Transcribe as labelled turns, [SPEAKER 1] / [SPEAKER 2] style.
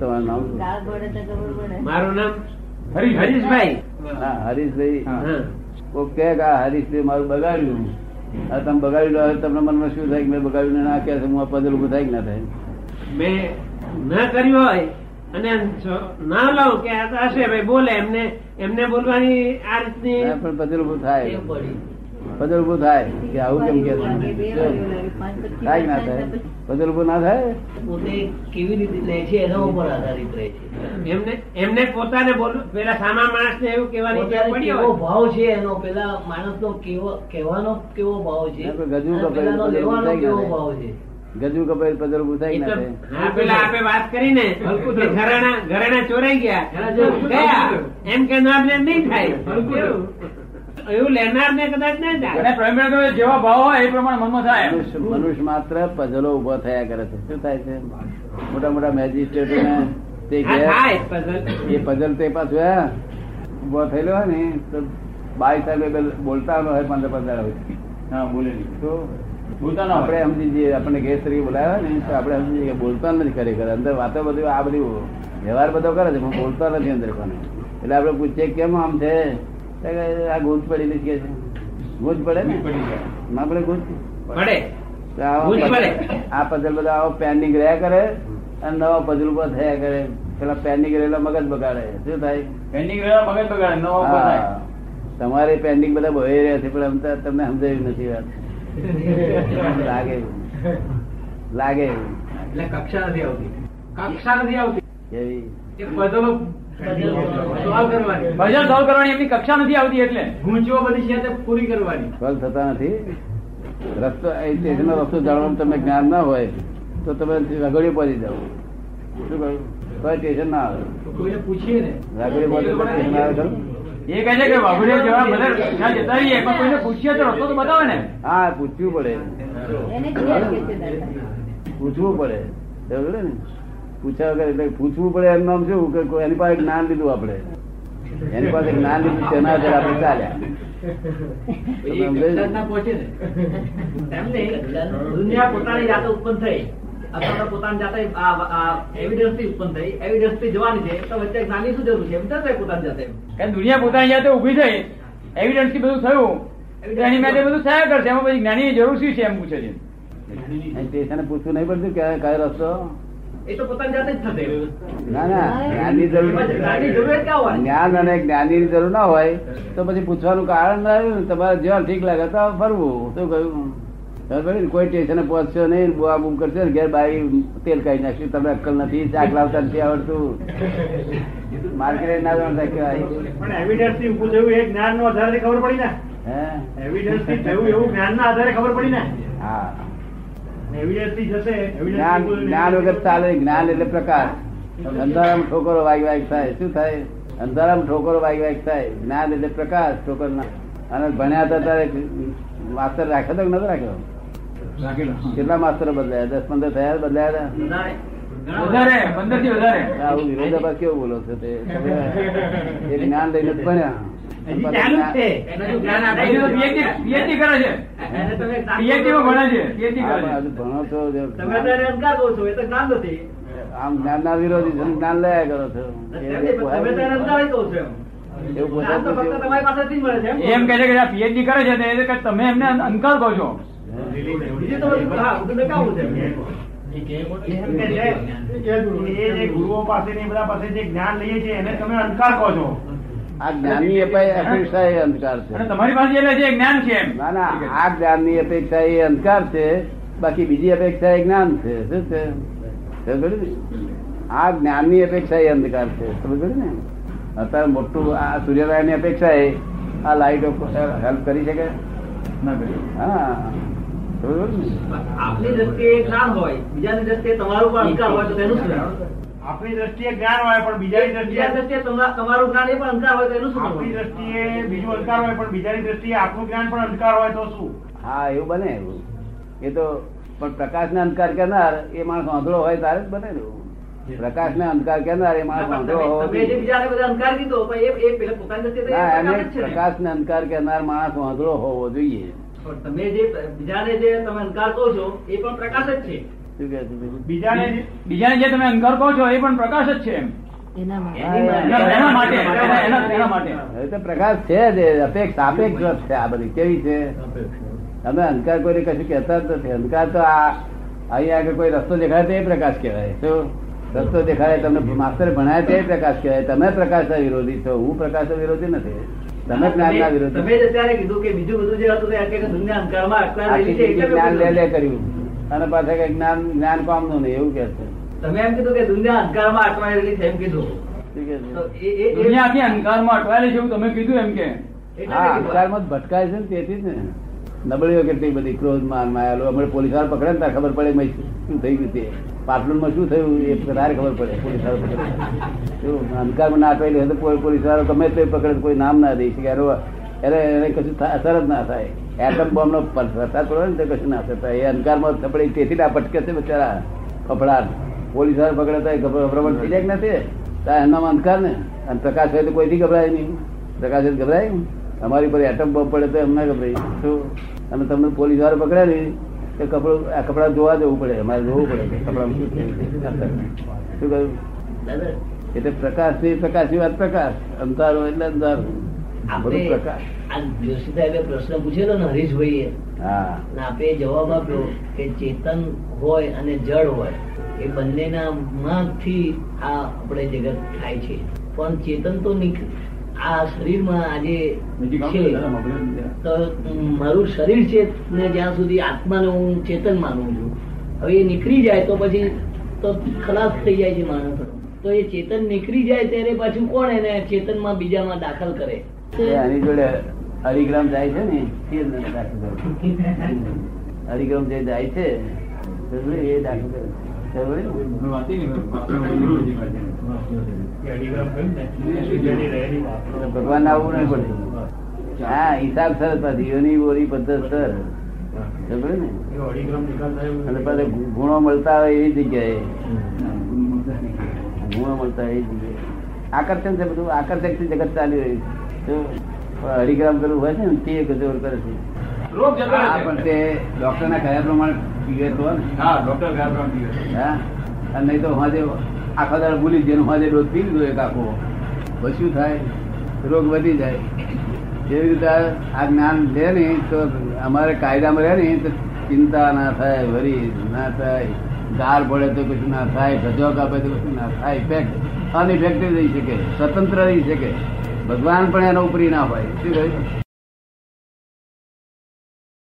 [SPEAKER 1] તમારું નામ શું?
[SPEAKER 2] ગાળ પડે તો ખબર પડે
[SPEAKER 3] મારું નામ
[SPEAKER 4] હરીશભાઈ
[SPEAKER 1] હા હરીશભાઈ
[SPEAKER 4] હા.
[SPEAKER 3] હા.
[SPEAKER 1] કોક કહે કે આ હરીશભાઈ મારું બગાડ્યું આ તમે બગાડી લો તમને મનમાં શું થાય કે મેં બગાડ્યું ને ના કહે છે, હું આ પદલ ઉભું થાય કે ના થાય
[SPEAKER 3] મેં ના કર્યું હોય અને જો ના લઉં કે આ તો હશે ભાઈ બોલે એમને એમને બોલવાની આ રીતની
[SPEAKER 1] ના, પણ પદલ ઉભું થાય
[SPEAKER 3] ટેવ પડી.
[SPEAKER 1] પદલ ઉભું થાય કે આવું કેમ કે
[SPEAKER 2] વાગે, બે વાગે લાગે, પાંચ પચીસ
[SPEAKER 1] થાય કે ના થાય
[SPEAKER 2] થાય પછી.
[SPEAKER 1] પદલ ઉભું ના થાય
[SPEAKER 5] પોતે કેવી રીતે લે છે એના ઉપર આધારિત રહે છે
[SPEAKER 3] એમને એમને પોતાને બોલવું પેલા સામા માણસને એવું કહેવાની ટેવ
[SPEAKER 5] પોતાને
[SPEAKER 3] પડી
[SPEAKER 5] કેવો
[SPEAKER 3] હોય
[SPEAKER 5] ભાવ છે એનો પેલા માણસનો કેવો કહેવાનો કેવો ભાવ છે
[SPEAKER 1] ના, પણ ગજવું
[SPEAKER 5] અને
[SPEAKER 1] કપાયું,
[SPEAKER 5] પેલાનો લેવાનો
[SPEAKER 1] બધું
[SPEAKER 5] કેવો
[SPEAKER 1] થાય.
[SPEAKER 5] ભાવ છે
[SPEAKER 1] ગજુ કપાય પદલ ઉભું થાય
[SPEAKER 3] એ
[SPEAKER 1] કે
[SPEAKER 3] તો
[SPEAKER 1] ના થાય
[SPEAKER 3] હા, પેલા આપે વાત કરીને
[SPEAKER 4] હલકું
[SPEAKER 3] કે
[SPEAKER 4] થયું.
[SPEAKER 3] ઘરેણા ઘરેણા ચોરાઈ ગયા
[SPEAKER 4] ઘરેણા ચોરાઈ ગયા.
[SPEAKER 3] ગયા એમ કે ના આપણે નહીં થાય
[SPEAKER 4] હલકું થયું.
[SPEAKER 3] એવું લેનાર ને કદાચ ના
[SPEAKER 4] અને
[SPEAKER 3] થાય
[SPEAKER 4] પ્રેમચંદ્ર કહેવાય, જેવા ભાવ હોય એ પ્રમાણે મનમાં થાય એમ.
[SPEAKER 1] મનુષ્ય મનુષ્ય માત્ર પઝલો ઉભો થયા કરે છે શું થાય છે મોટા મોટા મેજિસ્ટ્રેટ તે
[SPEAKER 3] આ
[SPEAKER 1] ગયા
[SPEAKER 3] થાય puzzle.
[SPEAKER 1] એ પઝલ તે પાછું હે ઉભો થયેલો હોય ને તો બાઈ સાહેબ એ બોલતા ન હોય પંદર પંદર હોય
[SPEAKER 4] હા બોલે નહીં.
[SPEAKER 1] તો
[SPEAKER 4] બોલતા ના
[SPEAKER 1] આપણે
[SPEAKER 4] હોય.
[SPEAKER 1] સમજી જઈએ આપણને ગેસ તરીકે બોલાવ્યા ને તો આપણે સમજી જઈએ કે બોલતા નથી ખરેખર અંદર વાતો બધું આ બધું વ્યવહાર બધો કરે છે પણ બોલતા નથી અંદર કોને એટલે આપણે પૂછીએ કેમ આમ છે તો કે આ ગુંજ પડેલી જ કે છે ગુંજ પડે ને
[SPEAKER 4] ઊંઘ પડી જાય.
[SPEAKER 1] ના પડે ગુંજ
[SPEAKER 3] પડે
[SPEAKER 1] તો આવા
[SPEAKER 3] ભૂલ પડે.
[SPEAKER 1] આ પઝલ બધા આવો પેન્ડિંગ રહ્યા કરે અને નવા પઝલ ઉભા થયા કરે પેલા પેન્ડિંગ રહેલા મગજ બગાડે શું થાય
[SPEAKER 4] પેન્ડિંગ રહેલા મગજ બગાડે, નવા ઉભા થાય.
[SPEAKER 1] હા. તમારે પેન્ડિંગ બધા ભય રહ્યા છે પણ આમ તો તમને સમજાયું નથી વાત લાગે એવું. લાગે એવું.
[SPEAKER 4] એટલે કક્ષા નથી આવતી કક્ષા નથી આવતી
[SPEAKER 1] એવી
[SPEAKER 4] એ puzzle
[SPEAKER 5] solve
[SPEAKER 4] કરવાની puzzle solve કરવાની એમની કક્ષા નથી આવતી એટલે ગૂંચવો બધી છે તે પૂરી કરવાની
[SPEAKER 1] સોલ્વ થતા નથી રસ્તો એ સ્ટેશનનો રસ્તો જાણવાનું તમને જ્ઞાન ના હોય તો તમે રગડી પહોંચી જાઓ શું કહ્યું કોઈ સ્ટેશન ના આવે
[SPEAKER 4] કોઈને પૂછીએ ને
[SPEAKER 1] રગડી પહોંચે તો સ્ટેશન આવે ખરું?
[SPEAKER 4] એ કહે છે કે વાઘોડિયા જેવા બધા કક્ષા જતા રહીએ પણ કોઈને પૂછીએ તો રસ્તો તો બતાવે ને
[SPEAKER 1] હા પૂછવું પડે
[SPEAKER 2] એને ક્લિયર કે છે દાદા
[SPEAKER 1] પૂછવું પડે સમજ્યો ને પૂછ્યા વગર એટલે પૂછવું પડે એમ નામ શું કે કોઈ એની પાસે જ્ઞાન લીધું આપણે એની પાસે જ્ઞાન લીધું તેના આધારે આપણે ચાલ્યા તમે સમજાયું?
[SPEAKER 4] પહોંચે ને
[SPEAKER 5] એમને દુનિયા પોતાની જાતે ઉત્પન્ન થઈ અથવા તો પોતાની જાતે એવિડન્સ થી ઉત્પન્ન થઈ એવિડન્સ થી જવાની છે તો વચ્ચે જ્ઞાની શું જરૂર છે એમ જશે પોતાની જાતે
[SPEAKER 4] કારણ કે દુનિયા પોતાની જાતે ઉભી થઈ એવિડન્સ થી બધું થયું તો એની માટે બધું થયા કરશે એમાં પછી જ્ઞાની જરૂર શું છે એમ પૂછે છે
[SPEAKER 1] અહીં સ્ટેશને પૂછવું નહીં પડતું કે આ કયો રસ્તો
[SPEAKER 5] એ તો પોતાની જાતે જ થશે
[SPEAKER 1] ના ના જ્ઞાનની જરૂર
[SPEAKER 5] એમાં જ્ઞાનની જરૂરિયાત ક્યાં હોવાની
[SPEAKER 1] જ્ઞાન અને જ્ઞાનની જરૂર ના હોય તો પછી પૂછવાનું કારણ ના રહ્યું ને તમારે જ્યાં ઠીક લાગે તો ફરવું શું કહ્યું ખબર પડી ને? કોઈ સ્ટેશને પહોંચશો નહીં બુઆ બૂમ કરશે ને ઘેર બારી તેલ કાઢી નાખશે તમને અક્કલ નથી શાક લાવતા નથી આવડતું માર્કેટ ના જાણ કહેવાય
[SPEAKER 6] પણ એવિડન્સ થી ઉભું થયું એ જ્ઞાન નો આધારે ખબર પડી ને
[SPEAKER 1] હે
[SPEAKER 6] એવિડન્સ થી થયું એવું જ્ઞાન ના આધારે ખબર પડી
[SPEAKER 1] હા
[SPEAKER 6] ને એવિડન્સ થી જશે evidence થી
[SPEAKER 1] જ્ઞાન
[SPEAKER 6] ઉભું થયું.
[SPEAKER 1] જ્ઞાન વગર ચાલે જ્ઞાન એટલે પ્રકાશ અંધારામાં ઠોકરો વાગી વાગી થાય શું થાય અંધારામાં ઠોકરો વાગી વાગી થાય જ્ઞાન એટલે પ્રકાશ ઠોકર ના અને ભણ્યા હતા તારે માસ્તર રાખ્યો હતો કે નતો રાખ્યો કેટલા માસ્તર બદલાયા દસ પંદર થયા બદલાયા હતા?
[SPEAKER 5] વધારે
[SPEAKER 4] વધારે પંદર થી વધારે
[SPEAKER 1] આવું વિરોધાભાસ કેવો બોલો છો તે તમે એ જ્ઞાન લઈને જ ભણ્યા
[SPEAKER 3] હજી ચાલુ જ છે
[SPEAKER 5] એનું જો જ્ઞાન આપે
[SPEAKER 4] બીજું તો PhD PhD કરે છે
[SPEAKER 1] હા, પણ હજુ
[SPEAKER 5] એને તમે
[SPEAKER 4] PhD માં ભણે છે PhD કરે છે
[SPEAKER 1] ભણો છો જો
[SPEAKER 5] તમે તો એને અનકાર કહો છો એ તો જ્ઞાન નથી
[SPEAKER 1] આમ જ્ઞાન ના વિરોધી છો ને જ્ઞાન લયા કરો છો
[SPEAKER 5] તમે તો એને અનકાર કહો છો એમ
[SPEAKER 1] એવું
[SPEAKER 5] જ્ઞાન તો ફક્ત તમારી
[SPEAKER 1] પોતાનું
[SPEAKER 5] પાસેથી જ મળે છે એમ
[SPEAKER 4] એ એમ કહે છે કે આ PhD કરે છે તો એ કહે તમે એમને અંકલ કહો છો
[SPEAKER 5] બીજું તો બધું હા બધું નકામું છે
[SPEAKER 6] એમ કે જે- એ જે ગુરુઓ પાસેની બધા પાસે જે જ્ઞાન લઈએ છીએ એને તમે અનકાર કહો છો
[SPEAKER 1] આ જ્ઞાનની અપે- અપેક્ષા એ અંધકાર
[SPEAKER 4] અને
[SPEAKER 1] છે
[SPEAKER 4] તમારી પાસે એટલે જે જ્ઞાન છે એમ
[SPEAKER 1] ના ના આ જ્ઞાનની અપેક્ષા એ અંધકાર છે બાકી બીજી અપેક્ષા એ જ્ઞાન છે શું છે સમજ પડી ને? આ જ્ઞાનની અપેક્ષા એ અંધકાર છે સમજ પડી ને અત્યારે મોટું આ સૂર્યનારાયણની અપેક્ષા એ આ લાઈટો હેલ્પ કરી શકે
[SPEAKER 4] ના કર્યું.
[SPEAKER 1] હા સમજ પડી ને?
[SPEAKER 5] આપની દ્રષ્ટિએ એ જ્ઞાન હોય બીજાની દ્રષ્ટિએ તમારું પણ અહંકાર હોય તો તેનું શું
[SPEAKER 6] આપણી દ્રષ્ટિએ જ્ઞાન હોય પણ બીજાની
[SPEAKER 5] બીજા
[SPEAKER 6] દ્રષ્ટિએ
[SPEAKER 5] દ્રષ્ટિએ તમા- તમારું જ્ઞાન એ પણ અહંકાર હોય તો એનું શું
[SPEAKER 6] આપણી
[SPEAKER 5] કરવાનું?
[SPEAKER 6] દ્રષ્ટિએ બીજું અનકાર હોય પણ બીજાની દ્રષ્ટિએ આપણું જ્ઞાન પણ અનકાર હોય તો શું
[SPEAKER 1] હા એવું બને એવું એ તો પણ પ્રકાશને અંધકાર કરનાર એ માણસ આંધળો હોય તારે જ બને ને એવું. પ્રકાશને અંધકાર કરનાર એ માણસ
[SPEAKER 5] તમે-
[SPEAKER 1] આંધળો હોવો
[SPEAKER 5] તમે જે
[SPEAKER 1] જોઈએ.
[SPEAKER 5] બીજાને બધા અહંકાર કીધો પણ એ- એ પેલા પોતાની દ્રષ્ટિએ તો એ
[SPEAKER 1] ના એમને
[SPEAKER 5] પ્રકાશ જ છે ને.
[SPEAKER 1] પ્રકાશ ને અંધકાર કરનાર માણસ વાંધળો હોવો જોઈએ
[SPEAKER 5] પણ તમે જે બીજાને જે તમે અહંકાર કહો છો એ પણ પ્રકાશ જ છે
[SPEAKER 1] શું કહે છે બીજું?
[SPEAKER 6] બીજાને
[SPEAKER 4] બીજાને જે તમે અંધકાર કહો છો એ પણ પ્રકાશ જ છે એમ
[SPEAKER 2] એના માટે
[SPEAKER 5] એની માટે.
[SPEAKER 4] એના એના માટે એના- એના- એના માટે
[SPEAKER 1] હવે તો પ્રકાશ છે જ એ અપેક્ષ સાપેક્ષ જ છે આ બધી કેવી છે અમે અંધકાર કોઈને કશું કહેતા જ નથી અંધકાર તો આ અહીંયા આગળ કોઈ રસ્તો દેખાય તો એ પ્રકાશ કહેવાય શું રસ્તો દેખાય તમને માસ્તર ભણાય તો એ પ્રકાશ કહેવાય તમે પ્રકાશના વિરોધી છો હું પ્રકાશનો વિરોધી નથી તમે જ્ઞાનના
[SPEAKER 5] તમે
[SPEAKER 1] વિરોધી
[SPEAKER 5] તમે જ અત્યારે કીધું કે બીજું બધું જે હતું તે અત્યારે દુનિયા અંધકારમાં અટકાયેલી
[SPEAKER 1] આખી
[SPEAKER 5] છે
[SPEAKER 1] જિંદગી
[SPEAKER 5] એટલે
[SPEAKER 1] જ્ઞાન લે
[SPEAKER 5] મેં
[SPEAKER 1] લે
[SPEAKER 5] કીધું.
[SPEAKER 1] કર્યું અને પાછા કઈ જ્ઞાન જ્ઞાન કામનું નહીં એવું કે છે
[SPEAKER 5] તમે એમ કીધું કે દુનિયા અંધકારમાં અટવાયેલી છે એમ કીધું
[SPEAKER 1] શું કહે છે?
[SPEAKER 5] તો એ એ- એ-
[SPEAKER 4] દુનિયા આખી અંધકારમાં અટવાયેલી છે એવું તમે કીધું એમ કે
[SPEAKER 5] એટલે
[SPEAKER 1] હા
[SPEAKER 5] મેં કીધું.
[SPEAKER 1] અંધકારમાં જ ભટકાય છે ને તેથી જ ને નબળીઓ કેટલી બધી ક્રોધ માન માયાલો હમણાં પોલીસ વાળા પકડે ને ત્યારે ખબર પડે ભાઈ શું થઈ ગયું તે પાટલુનમાં શું થયું એ વધારે ખબર પડે પોલીસ વાળા પકડે શું અંધકારમાં ના આપેલી હોય તો કોઈ પોલીસ વાળો ગમે તે પકડે તો કોઈ નામ ના દઈ શકે એનો એને એને કશું થા- અસર જ ના થાય એટમ બોમ્બનો ફરતા પડે ને તો કશું ના થતા એ અંધકારમાં થપડે તેથી જ આ ભટકે છે બિચારા કપડાટ પોલીસ વાળા પકડે તો એ ગભ- ગભરામણ થઈ જાય કે નથી તો એનામાં અંધકાર ને અને પ્રકાશ હોય તો કોઈથી ગભરાય નહીં પ્રકાશ હોય તો ગભરાય અમારી પર એટમ બોમ્બ પડે તો એમને ગભરાય શું અને તમને પોલીસ વાળા પકડે ને તો કપડું આ કપડા જોવા જવું પડે અમારે જોવું પડે કે કપડામાં શું થયું છે. શું કહ્યું
[SPEAKER 5] દાદા,
[SPEAKER 1] એટલે પ્રકાશ ની પ્રકાશ ની વાત પ્રકાશ અંધારો એટલે અંધારો બધું
[SPEAKER 5] આપણે
[SPEAKER 1] પ્રકાશ
[SPEAKER 5] આ જોશી સાહેબે પ્રશ્ન પૂછેલો ને હરીશભાઈએ
[SPEAKER 1] હા
[SPEAKER 5] અને આપે જવાબ આપ્યો કે ચેતન હોય અને જળ હોય એ બંનેના માંથી આ આપણે જગત થાય છે પણ ચેતન તો નિક- આ શરીરમાં આજે છે તો મારું શરીર છે ને જ્યાં સુધી આત્માને હું ચેતન માનું છું હવે એ નીકળી જાય તો પછી તો ખલાસ થઈ જાય છે માણસ તો એ ચેતન નીકળી જાય ત્યારે પાછું કોણ એને ચેતનમાં બીજામાં દાખલ કરે
[SPEAKER 1] એ આની જોડે હરિગ્રામ જાય છે ને એ જ મને દાખલ કર્યો. હરિગ્રામ જે જાય છે એ દાખલ કર્યો. ખબર પડી? ભગવાન આવું નહીં પડે હા હિસાબ સર પાધીઓની બોરી પદ્ધત સર ખબર ને અને પાછા ગુ- ગુણો મળતા હોય એવી જગ્યાએ ગુણો મળતા હોય એવી જગ્યાએ આકર્ષણ છે બધું આકર્ષક થી જગત ચાલી રહ્યું છે તો પણ હરિગ્રામ કરવું હોય છે ને તે ગજોર કરે છે
[SPEAKER 4] રોગ
[SPEAKER 1] હા પણ
[SPEAKER 4] જગાડે છે
[SPEAKER 1] તે ડોક્ટર ના કયા પ્રમાણે પીવે તો ને
[SPEAKER 4] હા ડોક્ટર વ્યાકરણ દિવસ
[SPEAKER 1] હા અને નહીં તો હાજે આખા દાડ ભૂલી જેનો હાજે રોજ પી લીધો એક આખો પછી શું થાય રોગ વધી જાય જેવી રીતે આ જ્ઞાન લે ને તો અમારે કાયદામાં રહે ને તો ચિંતા ના થાય વરી ના થાય ગાર પડે તો કશું ના થાય ગજો કાપે તો કશું ના થાય ઇફેક્ટ અનઇફેક્ટિવ રહી શકે સ્વતંત્ર રહી શકે ભગવાન પણ એનો ઉપરી ના હોય શું કહ્યું